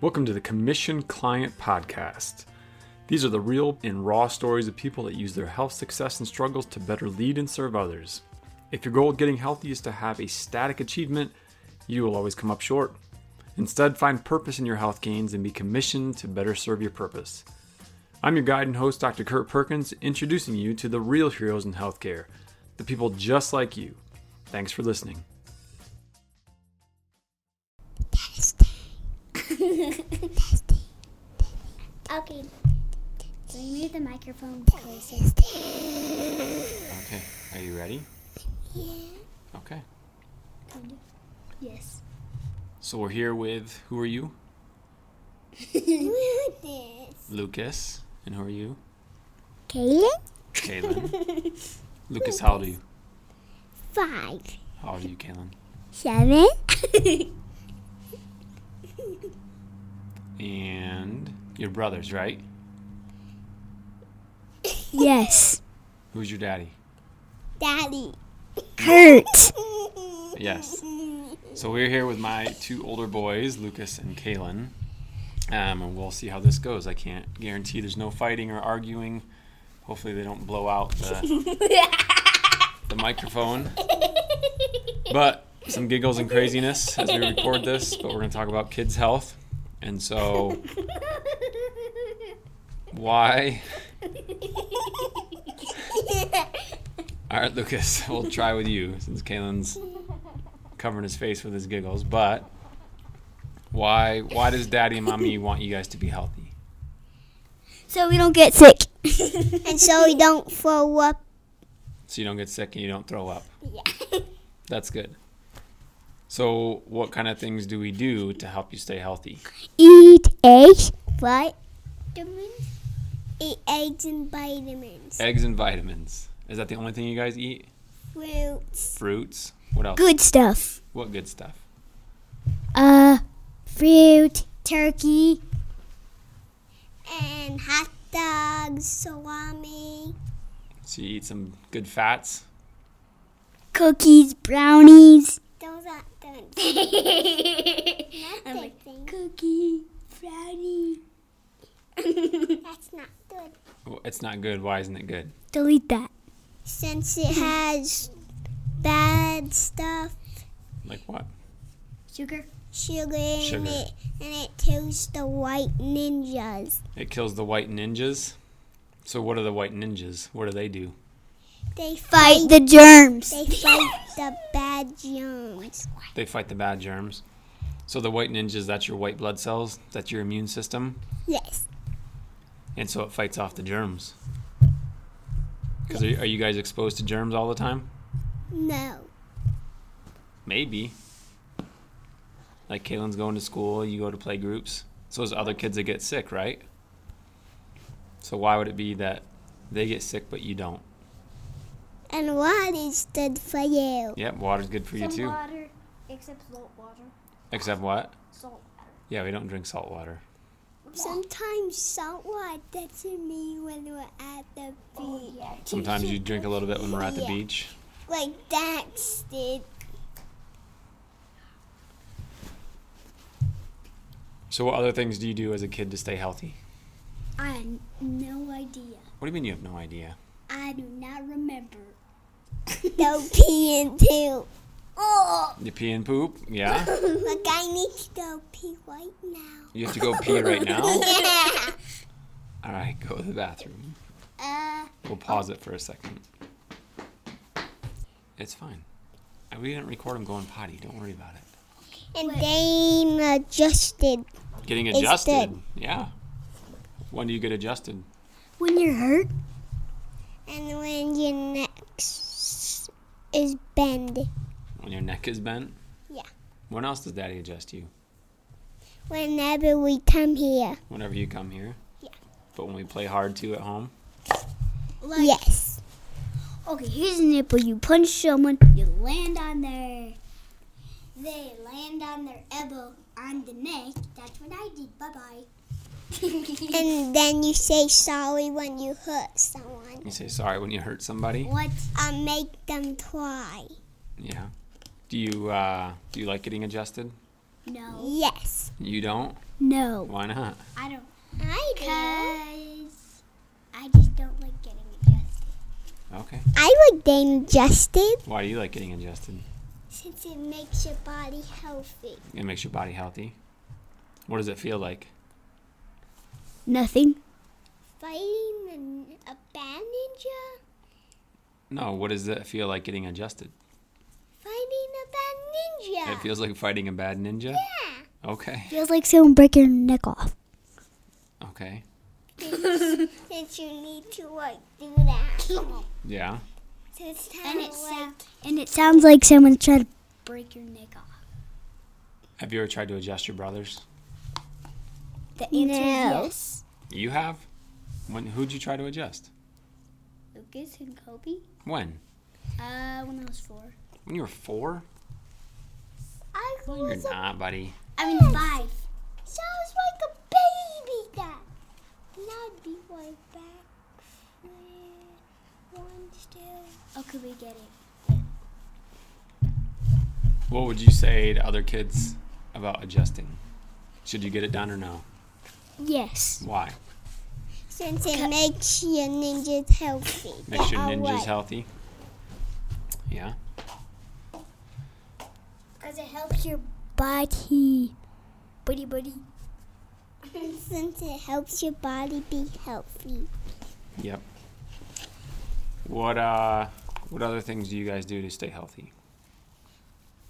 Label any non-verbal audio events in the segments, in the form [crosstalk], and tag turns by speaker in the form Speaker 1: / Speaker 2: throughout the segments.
Speaker 1: Welcome to the Commission Client Podcast. These are the real and raw stories of people that use their health success and struggles to better lead and serve others. If your goal of getting healthy is to have a static achievement, you will always come up short. Instead, find purpose in your health gains and be commissioned to better serve your purpose. I'm your guide and host, Dr. Kurt Perkins, introducing you to the real heroes in healthcare, the people just like you. Thanks for listening.
Speaker 2: Okay. Bring me the microphone closer.
Speaker 1: Okay, are you ready? Okay,
Speaker 2: Kind of. Yes.
Speaker 1: so we're here with who are you?
Speaker 2: Lucas.
Speaker 1: Lucas. And who are you?
Speaker 2: Kaden?
Speaker 1: Kaylin. Lucas, how old are you?
Speaker 2: Five.
Speaker 1: How old are you, Kaylin?
Speaker 2: Seven?
Speaker 1: And your brothers, right?
Speaker 2: yes.
Speaker 1: Who's your daddy?
Speaker 2: Daddy. Hurt.
Speaker 1: Yes. So we're here with my two older boys, Lucas and Kalen, um, and we'll see how this goes. I can't guarantee there's no fighting or arguing. Hopefully they don't blow out the, the microphone. But some giggles and craziness as we record this. But we're going to talk about kids' health, and so why? All right, Lucas, [laughs] we'll try with you since Kalen's covering his face with his giggles. But why? Why does Daddy and Mommy want you guys to be healthy?
Speaker 2: [laughs] so we don't get sick. and so we don't throw up.
Speaker 1: so you don't get sick and you don't throw up.
Speaker 2: Yeah.
Speaker 1: [laughs] That's good. So, what kind of things do we do to help you stay healthy?
Speaker 2: Eat eggs. What? Vitamins. Eat eggs and vitamins.
Speaker 1: Eggs and vitamins. Is that the only thing you guys eat?
Speaker 2: Fruits.
Speaker 1: Fruits. What else?
Speaker 2: Good stuff.
Speaker 1: What good stuff?
Speaker 2: Uh, fruit, turkey, and hot dogs, salami,
Speaker 1: So you eat some good fats.
Speaker 2: cookies, brownies. Those are [laughs]
Speaker 3: I'm like,
Speaker 2: cookie, brownie. [laughs] That's not good.
Speaker 1: Well, It's not good. Why isn't it good?
Speaker 2: Delete that. Since it has bad stuff,
Speaker 1: Like what?
Speaker 2: sugar, sugar, in
Speaker 1: Sugar.
Speaker 2: it, and it kills the white ninjas.
Speaker 1: It kills the white ninjas. So what are the white ninjas? What do they do?
Speaker 2: They fight, the germs. [laughs] They fight the bad germs.
Speaker 1: They fight the bad germs. So the white ninjas, that's your white blood cells, that's your immune system,
Speaker 2: Yes.
Speaker 1: and so it fights off the germs. Because are, are you guys exposed to germs all the time?
Speaker 2: No.
Speaker 1: Maybe. Like Kaylin's going to school, you go to play groups. So there's other kids that get sick, right? So why would it be that they get sick but you don't?
Speaker 2: And what is good for you?
Speaker 1: Yep, water's good for you
Speaker 3: Some
Speaker 1: too.
Speaker 3: water, except salt water.
Speaker 1: Except what?
Speaker 3: Salt water.
Speaker 1: Yeah, we don't drink salt water.
Speaker 2: Sometimes salt water gets in me when we're at the beach.
Speaker 3: Yeah.
Speaker 1: Sometimes you drink a little bit when we're at the
Speaker 2: Yeah.
Speaker 1: beach.
Speaker 2: Like Dax did.
Speaker 1: So what other things do you do as a kid to stay healthy?
Speaker 3: I had no idea.
Speaker 1: What do you mean you have no idea?
Speaker 3: I do not remember.
Speaker 2: [laughs] No pee and poo. Oh,
Speaker 1: You pee and poop? Yeah.
Speaker 2: look, I need to go pee right [laughs] now.
Speaker 1: You have to go pee right
Speaker 2: [laughs]
Speaker 1: now? All
Speaker 2: Yeah.
Speaker 1: right, go to the bathroom.
Speaker 2: Uh,
Speaker 1: We'll pause it for a second. It's fine. Uh, We didn't record him going potty. Don't worry about it.
Speaker 2: and Dane adjusted.
Speaker 1: Getting
Speaker 2: dead.
Speaker 1: adjusted. Yeah. When do you get adjusted?
Speaker 3: When you're hurt?
Speaker 2: And when your neck s- is bent.
Speaker 1: When your neck is bent?
Speaker 2: Yeah.
Speaker 1: When else does daddy adjust you?
Speaker 2: Whenever we come here.
Speaker 1: Whenever you come here?
Speaker 2: Yeah.
Speaker 1: But when we play hard too at home?
Speaker 3: Like,
Speaker 2: yes.
Speaker 3: okay, here's an example. You punch someone, you land on their. They land on their elbow on the neck. That's what I did. Bye bye.
Speaker 2: [laughs] And then you say sorry when you hurt someone.
Speaker 1: You say sorry when you hurt somebody?
Speaker 3: what?
Speaker 2: Or make them try.
Speaker 1: Yeah. Do you uh, do you like getting adjusted?
Speaker 3: No.
Speaker 2: Yes.
Speaker 1: You don't?
Speaker 3: No.
Speaker 1: Why not?
Speaker 3: I don't.
Speaker 2: I
Speaker 3: Because I just don't like getting adjusted.
Speaker 1: Okay.
Speaker 2: I like being adjusted
Speaker 1: Why do you like getting ingested?
Speaker 2: since it makes your body healthy.
Speaker 1: It makes your body healthy. What does it feel like?
Speaker 3: Nothing.
Speaker 2: Fighting an, a bad ninja?
Speaker 1: No, what does it feel like getting adjusted?
Speaker 2: Fighting a bad ninja.
Speaker 1: It feels like fighting a bad ninja? Yeah. Okay.
Speaker 3: Feels like someone break your neck off.
Speaker 1: Okay.
Speaker 2: [laughs] Since you need to like do that. [laughs]
Speaker 1: Yeah.
Speaker 2: So it's
Speaker 3: And
Speaker 2: kind
Speaker 3: it
Speaker 2: of like
Speaker 3: sounds. And it sounds like someone tried to break your neck off.
Speaker 1: Have you ever tried to adjust your brothers?
Speaker 3: The answer
Speaker 2: No.
Speaker 3: is yes.
Speaker 1: You have? When who'd you try to adjust?
Speaker 3: Lucas and Kobe.
Speaker 1: When?
Speaker 3: Uh, when I was four.
Speaker 1: When you were four?
Speaker 2: I
Speaker 1: You're
Speaker 2: was a,
Speaker 1: not, buddy.
Speaker 3: I mean five.
Speaker 2: sounds like a baby that. Not be like back. One, two.
Speaker 3: Oh, could we get it?
Speaker 1: What would you say to other kids about adjusting? Should you get it done or no?
Speaker 3: Yes.
Speaker 1: Why?
Speaker 2: Since it makes your
Speaker 3: [laughs]
Speaker 2: ninjas healthy.
Speaker 1: Make sure
Speaker 2: Or
Speaker 1: ninja's
Speaker 2: Uh, what?
Speaker 1: healthy. Yeah.
Speaker 3: Cause it helps your body. Buddy, buddy.
Speaker 2: Since it helps your body be healthy.
Speaker 1: Yep. What uh what other things do you guys do to stay healthy?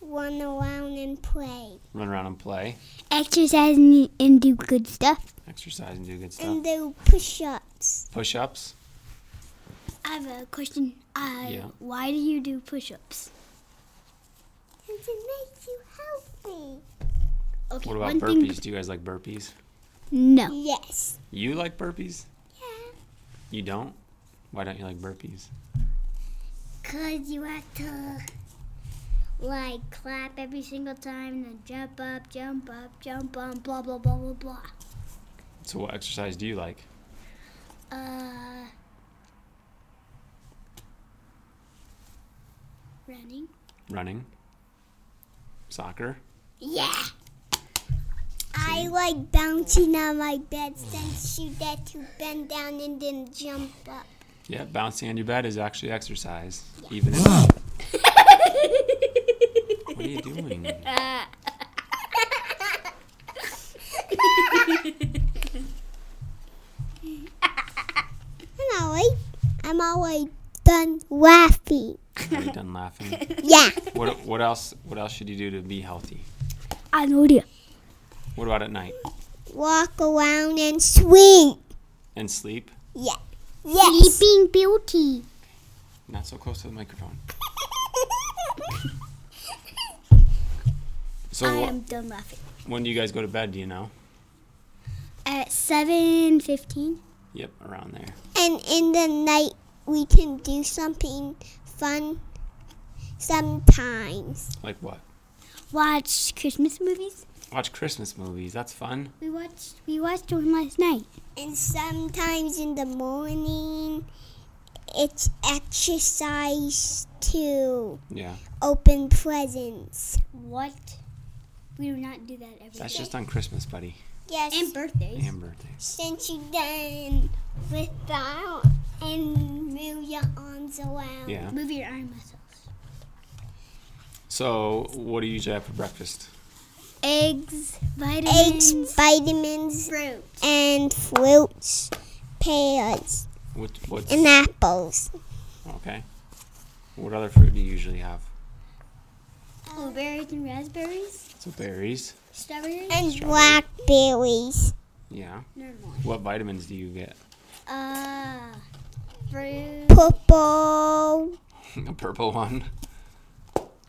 Speaker 2: Run around and play.
Speaker 1: Run around and play,
Speaker 3: Exercise and, and do good stuff.
Speaker 1: exercise and do good stuff.
Speaker 2: And do push ups.
Speaker 1: Push ups.
Speaker 3: I have a question. Uh,
Speaker 1: Yeah.
Speaker 3: Why do you do push-ups?
Speaker 2: Since it makes you healthy.
Speaker 3: Okay.
Speaker 1: What about burpees? Do you guys like burpees?
Speaker 3: No.
Speaker 2: Yes.
Speaker 1: You like burpees?
Speaker 2: Yeah.
Speaker 1: You don't? Why don't you like burpees?
Speaker 3: Cause you have to like clap every single time, then jump up, jump up, jump up, blah blah blah blah blah.
Speaker 1: So what exercise do you like?
Speaker 3: Uh. Running.
Speaker 1: Running? Soccer?
Speaker 3: Yeah.
Speaker 2: I like bouncing on my bed since you get to bend down and then jump up.
Speaker 1: Yeah, bouncing on your bed is actually exercise. Even if What are you doing?
Speaker 2: I'm always, I'm always done laughing.
Speaker 1: Are you done laughing?
Speaker 2: Yeah.
Speaker 1: What what else what else should you do to be healthy?
Speaker 3: I know it.
Speaker 1: What about at night?
Speaker 2: Walk around and swing.
Speaker 1: And sleep?
Speaker 2: Yeah. Yes.
Speaker 3: [laughs] Sleeping Beauty.
Speaker 1: Not so close to the microphone. So
Speaker 3: I
Speaker 1: wh-
Speaker 3: am done laughing.
Speaker 1: when do you guys go to bed, do you know?
Speaker 3: At seven fifteen.
Speaker 1: Yep, around there.
Speaker 2: [laughs] And in the night, we can do something fun sometimes.
Speaker 1: Like what?
Speaker 3: Watch Christmas movies.
Speaker 1: Watch Christmas movies. That's fun.
Speaker 3: We watched we watched one last night.
Speaker 2: And sometimes in the morning, it's exercise to
Speaker 1: Yeah.
Speaker 2: open presents.
Speaker 3: What? We do not do that every
Speaker 1: That's just on Christmas, buddy.
Speaker 2: Yes.
Speaker 3: and birthdays.
Speaker 1: And birthdays.
Speaker 2: since you done with that and move your arms around.
Speaker 1: Yeah.
Speaker 3: Move your arm muscles.
Speaker 1: So what do you usually have for breakfast?
Speaker 3: Eggs, vitamins,
Speaker 2: Eggs, vitamins,
Speaker 3: fruit.
Speaker 2: and fruits, pears,
Speaker 1: What what's
Speaker 2: and apples.
Speaker 1: okay. What other fruit do you usually have?
Speaker 3: Blueberries and raspberries.
Speaker 1: So berries.
Speaker 3: Strawberries.
Speaker 2: And blackberries.
Speaker 1: Yeah.
Speaker 3: normal.
Speaker 1: What vitamins do you get? [laughs]
Speaker 3: Uh, fruit.
Speaker 2: Purple
Speaker 1: A purple one.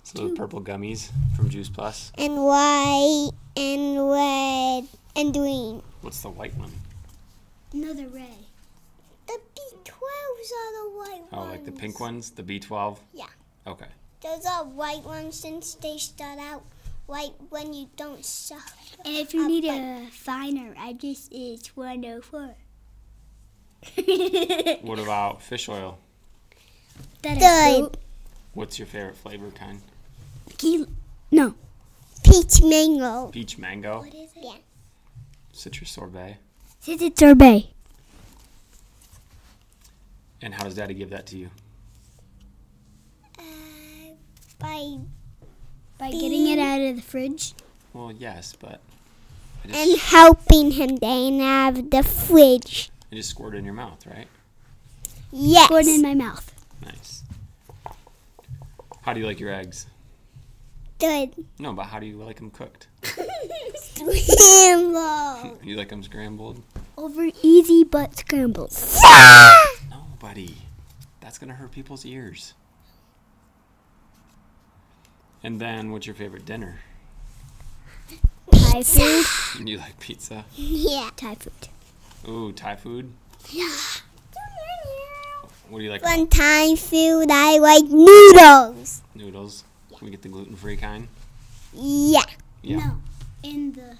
Speaker 1: So those purple gummies from Juice Plus.
Speaker 2: and white and red and green.
Speaker 1: What's the white one?
Speaker 3: Another ray.
Speaker 2: The B12s are the white
Speaker 1: Oh,
Speaker 2: ones.
Speaker 1: like the pink ones, the B12.
Speaker 2: Yeah.
Speaker 1: Okay.
Speaker 2: Those are white ones since they start out white when you don't suck.
Speaker 3: And if you
Speaker 2: Uh,
Speaker 3: need
Speaker 2: but-
Speaker 3: a finer address, it's
Speaker 2: [laughs]
Speaker 3: 104.
Speaker 1: What about fish oil?
Speaker 3: that
Speaker 2: Good.
Speaker 3: fruit.
Speaker 1: What's your favorite flavor kind?
Speaker 3: Key- no.
Speaker 2: Peach mango.
Speaker 1: Peach mango.
Speaker 2: is it? Yeah.
Speaker 1: Citrus sorbet.
Speaker 3: Sit it sorbet.
Speaker 1: And how does daddy give that to you?
Speaker 2: Uh, by
Speaker 3: By getting it out of the fridge.
Speaker 1: Well, yes, but I just,
Speaker 2: and helping him then out of the fridge.
Speaker 1: I just squirted in your mouth, right?
Speaker 2: Yes.
Speaker 3: Put it in my mouth.
Speaker 1: Nice. How do you like your eggs?
Speaker 2: Good.
Speaker 1: No, but how do you like them cooked?
Speaker 2: Scramble.
Speaker 1: You like them scrambled?
Speaker 3: Over easy but scrambles.
Speaker 1: No, buddy. That's gonna hurt people's ears. And then, what's your favorite dinner? [laughs]
Speaker 3: Thai food.
Speaker 1: You like pizza?
Speaker 2: yeah.
Speaker 3: Thai food.
Speaker 1: Ooh, Thai food. What do you like?
Speaker 2: One time food, I like noodles.
Speaker 1: Noodles. Can we get the gluten-free kind?
Speaker 2: Yeah.
Speaker 1: Yeah.
Speaker 3: In the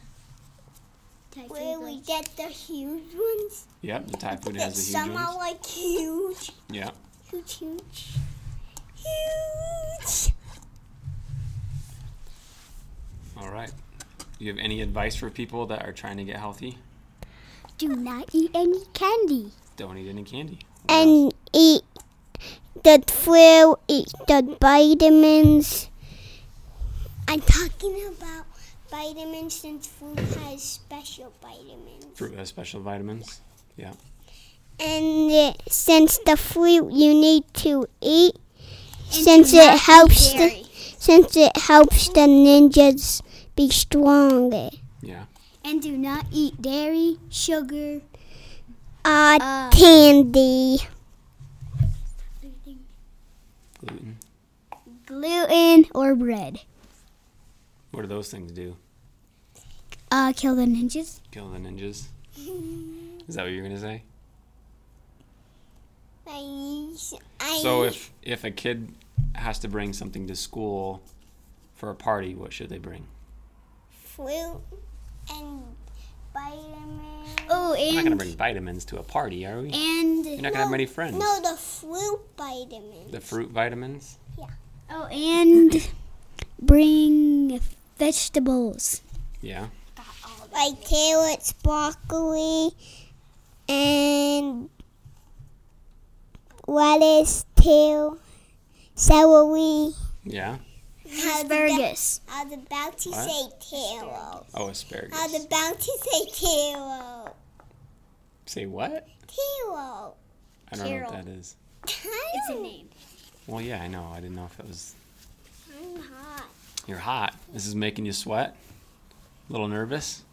Speaker 3: Thai
Speaker 2: Where we
Speaker 3: like-
Speaker 2: get the huge ones?
Speaker 1: Yep. The Thai food
Speaker 2: That
Speaker 1: has the huge
Speaker 2: some are
Speaker 1: ones.
Speaker 2: like huge,
Speaker 1: Yeah.
Speaker 2: huge, huge, huge.
Speaker 1: All right. You have any advice for people that are trying to get healthy?
Speaker 3: do not eat any candy.
Speaker 1: Don't eat any candy. What else?
Speaker 2: And eat the fruit, eat the vitamins. I'm talking about vitamins since food has special vitamins.
Speaker 1: fruit has special vitamins. Yeah.
Speaker 2: And it, since the fruit you need to eat,
Speaker 3: And
Speaker 2: since
Speaker 3: do not
Speaker 2: it helps
Speaker 3: eat
Speaker 2: the,
Speaker 3: dairy.
Speaker 2: since it helps the ninjas be stronger.
Speaker 1: Yeah.
Speaker 3: And do not eat dairy, sugar,
Speaker 2: Uh,
Speaker 3: Uh,
Speaker 2: candy.
Speaker 1: Gluten.
Speaker 3: gluten, or bread.
Speaker 1: What do those things do?
Speaker 3: Uh, kill the ninjas.
Speaker 1: Kill the
Speaker 2: [laughs]
Speaker 1: ninjas. Is that what you're gonna say? So if if a kid has to bring something to school for a party, what should they bring?
Speaker 2: fruit and vitamins.
Speaker 3: Oh,
Speaker 1: We're not gonna
Speaker 3: and
Speaker 1: bring vitamins to a party, are we? You're
Speaker 3: and
Speaker 1: not gonna have many friends.
Speaker 2: No, the fruit vitamins.
Speaker 1: The fruit vitamins.
Speaker 3: oh, and bring vegetables.
Speaker 1: Yeah.
Speaker 2: Like carrots, broccoli, and lettuce, too, celery.
Speaker 1: Yeah.
Speaker 3: Asparagus.
Speaker 2: I was about to
Speaker 1: What?
Speaker 2: say carrot.
Speaker 1: Oh,
Speaker 2: I was
Speaker 1: asparagus.
Speaker 2: about to say carrot.
Speaker 1: Say what?
Speaker 2: Carrot.
Speaker 1: I don't know what
Speaker 3: Carol.
Speaker 1: that is.
Speaker 2: It's
Speaker 3: name.
Speaker 1: Well, yeah, I know. I didn't know if it was.
Speaker 2: I'm hot.
Speaker 1: You're hot. This is making you sweat. A little nervous.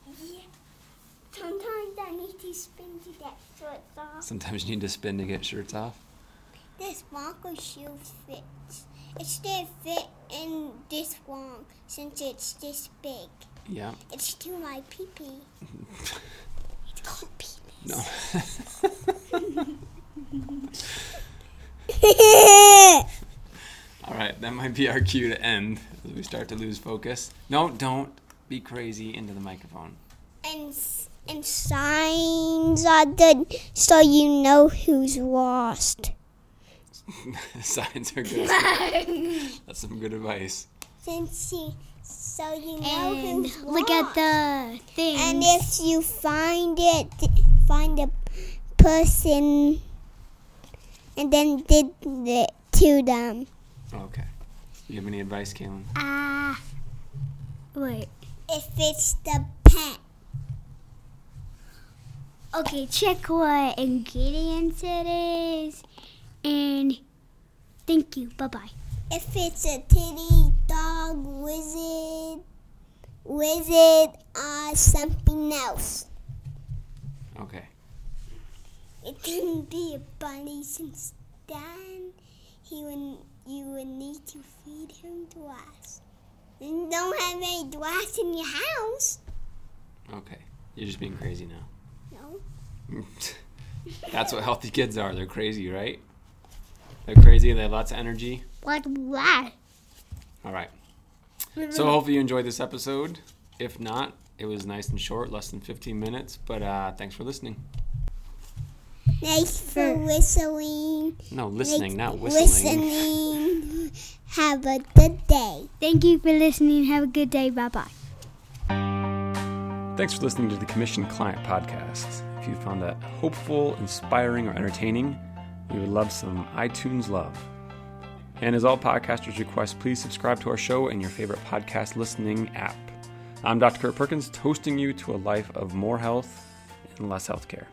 Speaker 2: Sometimes I need to spin to get shirts off.
Speaker 1: Sometimes you need to spin to get shirts off.
Speaker 2: This Wonka shoe fits. It should fit in this one since it's this big.
Speaker 1: Yeah.
Speaker 2: It's to my pee pee. It's called
Speaker 1: No. [laughs]
Speaker 2: pee.
Speaker 1: All right, that might be our cue to end as we start to lose focus. No, don't be crazy into the microphone. [laughs]
Speaker 2: and s- and signs are good so you know who's lost.
Speaker 1: Signs are good. That's some good advice.
Speaker 2: Since you, so you know
Speaker 3: And
Speaker 2: who's
Speaker 3: look
Speaker 2: lost.
Speaker 3: at the things.
Speaker 2: And if you find it, find a person and then did it to them.
Speaker 1: Okay. You have any advice, Kaylin?
Speaker 3: ah, wait.
Speaker 2: If it's the pet,
Speaker 3: Okay, check what ingredients it is, and thank you. Bye bye.
Speaker 2: if it's a titty, dog, wizard, wizard, or something else.
Speaker 1: Okay.
Speaker 2: It can be a bunny since then he would, you would need to feed him grass. You don't have any grass in your house.
Speaker 1: Okay. You're just being crazy now.
Speaker 2: No.
Speaker 1: [laughs] That's what healthy kids are. They're crazy, right? They're crazy. They have lots of energy.
Speaker 3: What? What?
Speaker 1: All right. So hopefully you enjoyed this episode. If not, it was nice and short, less than 15 minutes. But uh, thanks for listening.
Speaker 2: Thanks for whistling.
Speaker 1: No, listening, not whistling. [laughs]
Speaker 2: Listening. Have a good day.
Speaker 3: Thank you for listening. Have a good day. Bye bye.
Speaker 1: Thanks for listening to the Commission Client Podcast. If you found that hopeful, inspiring, or entertaining, we would love some iTunes love. And as all podcasters request, please subscribe to our show in your favorite podcast listening app. I'm Dr. Kurt Perkins, toasting you to a life of more health and less healthcare.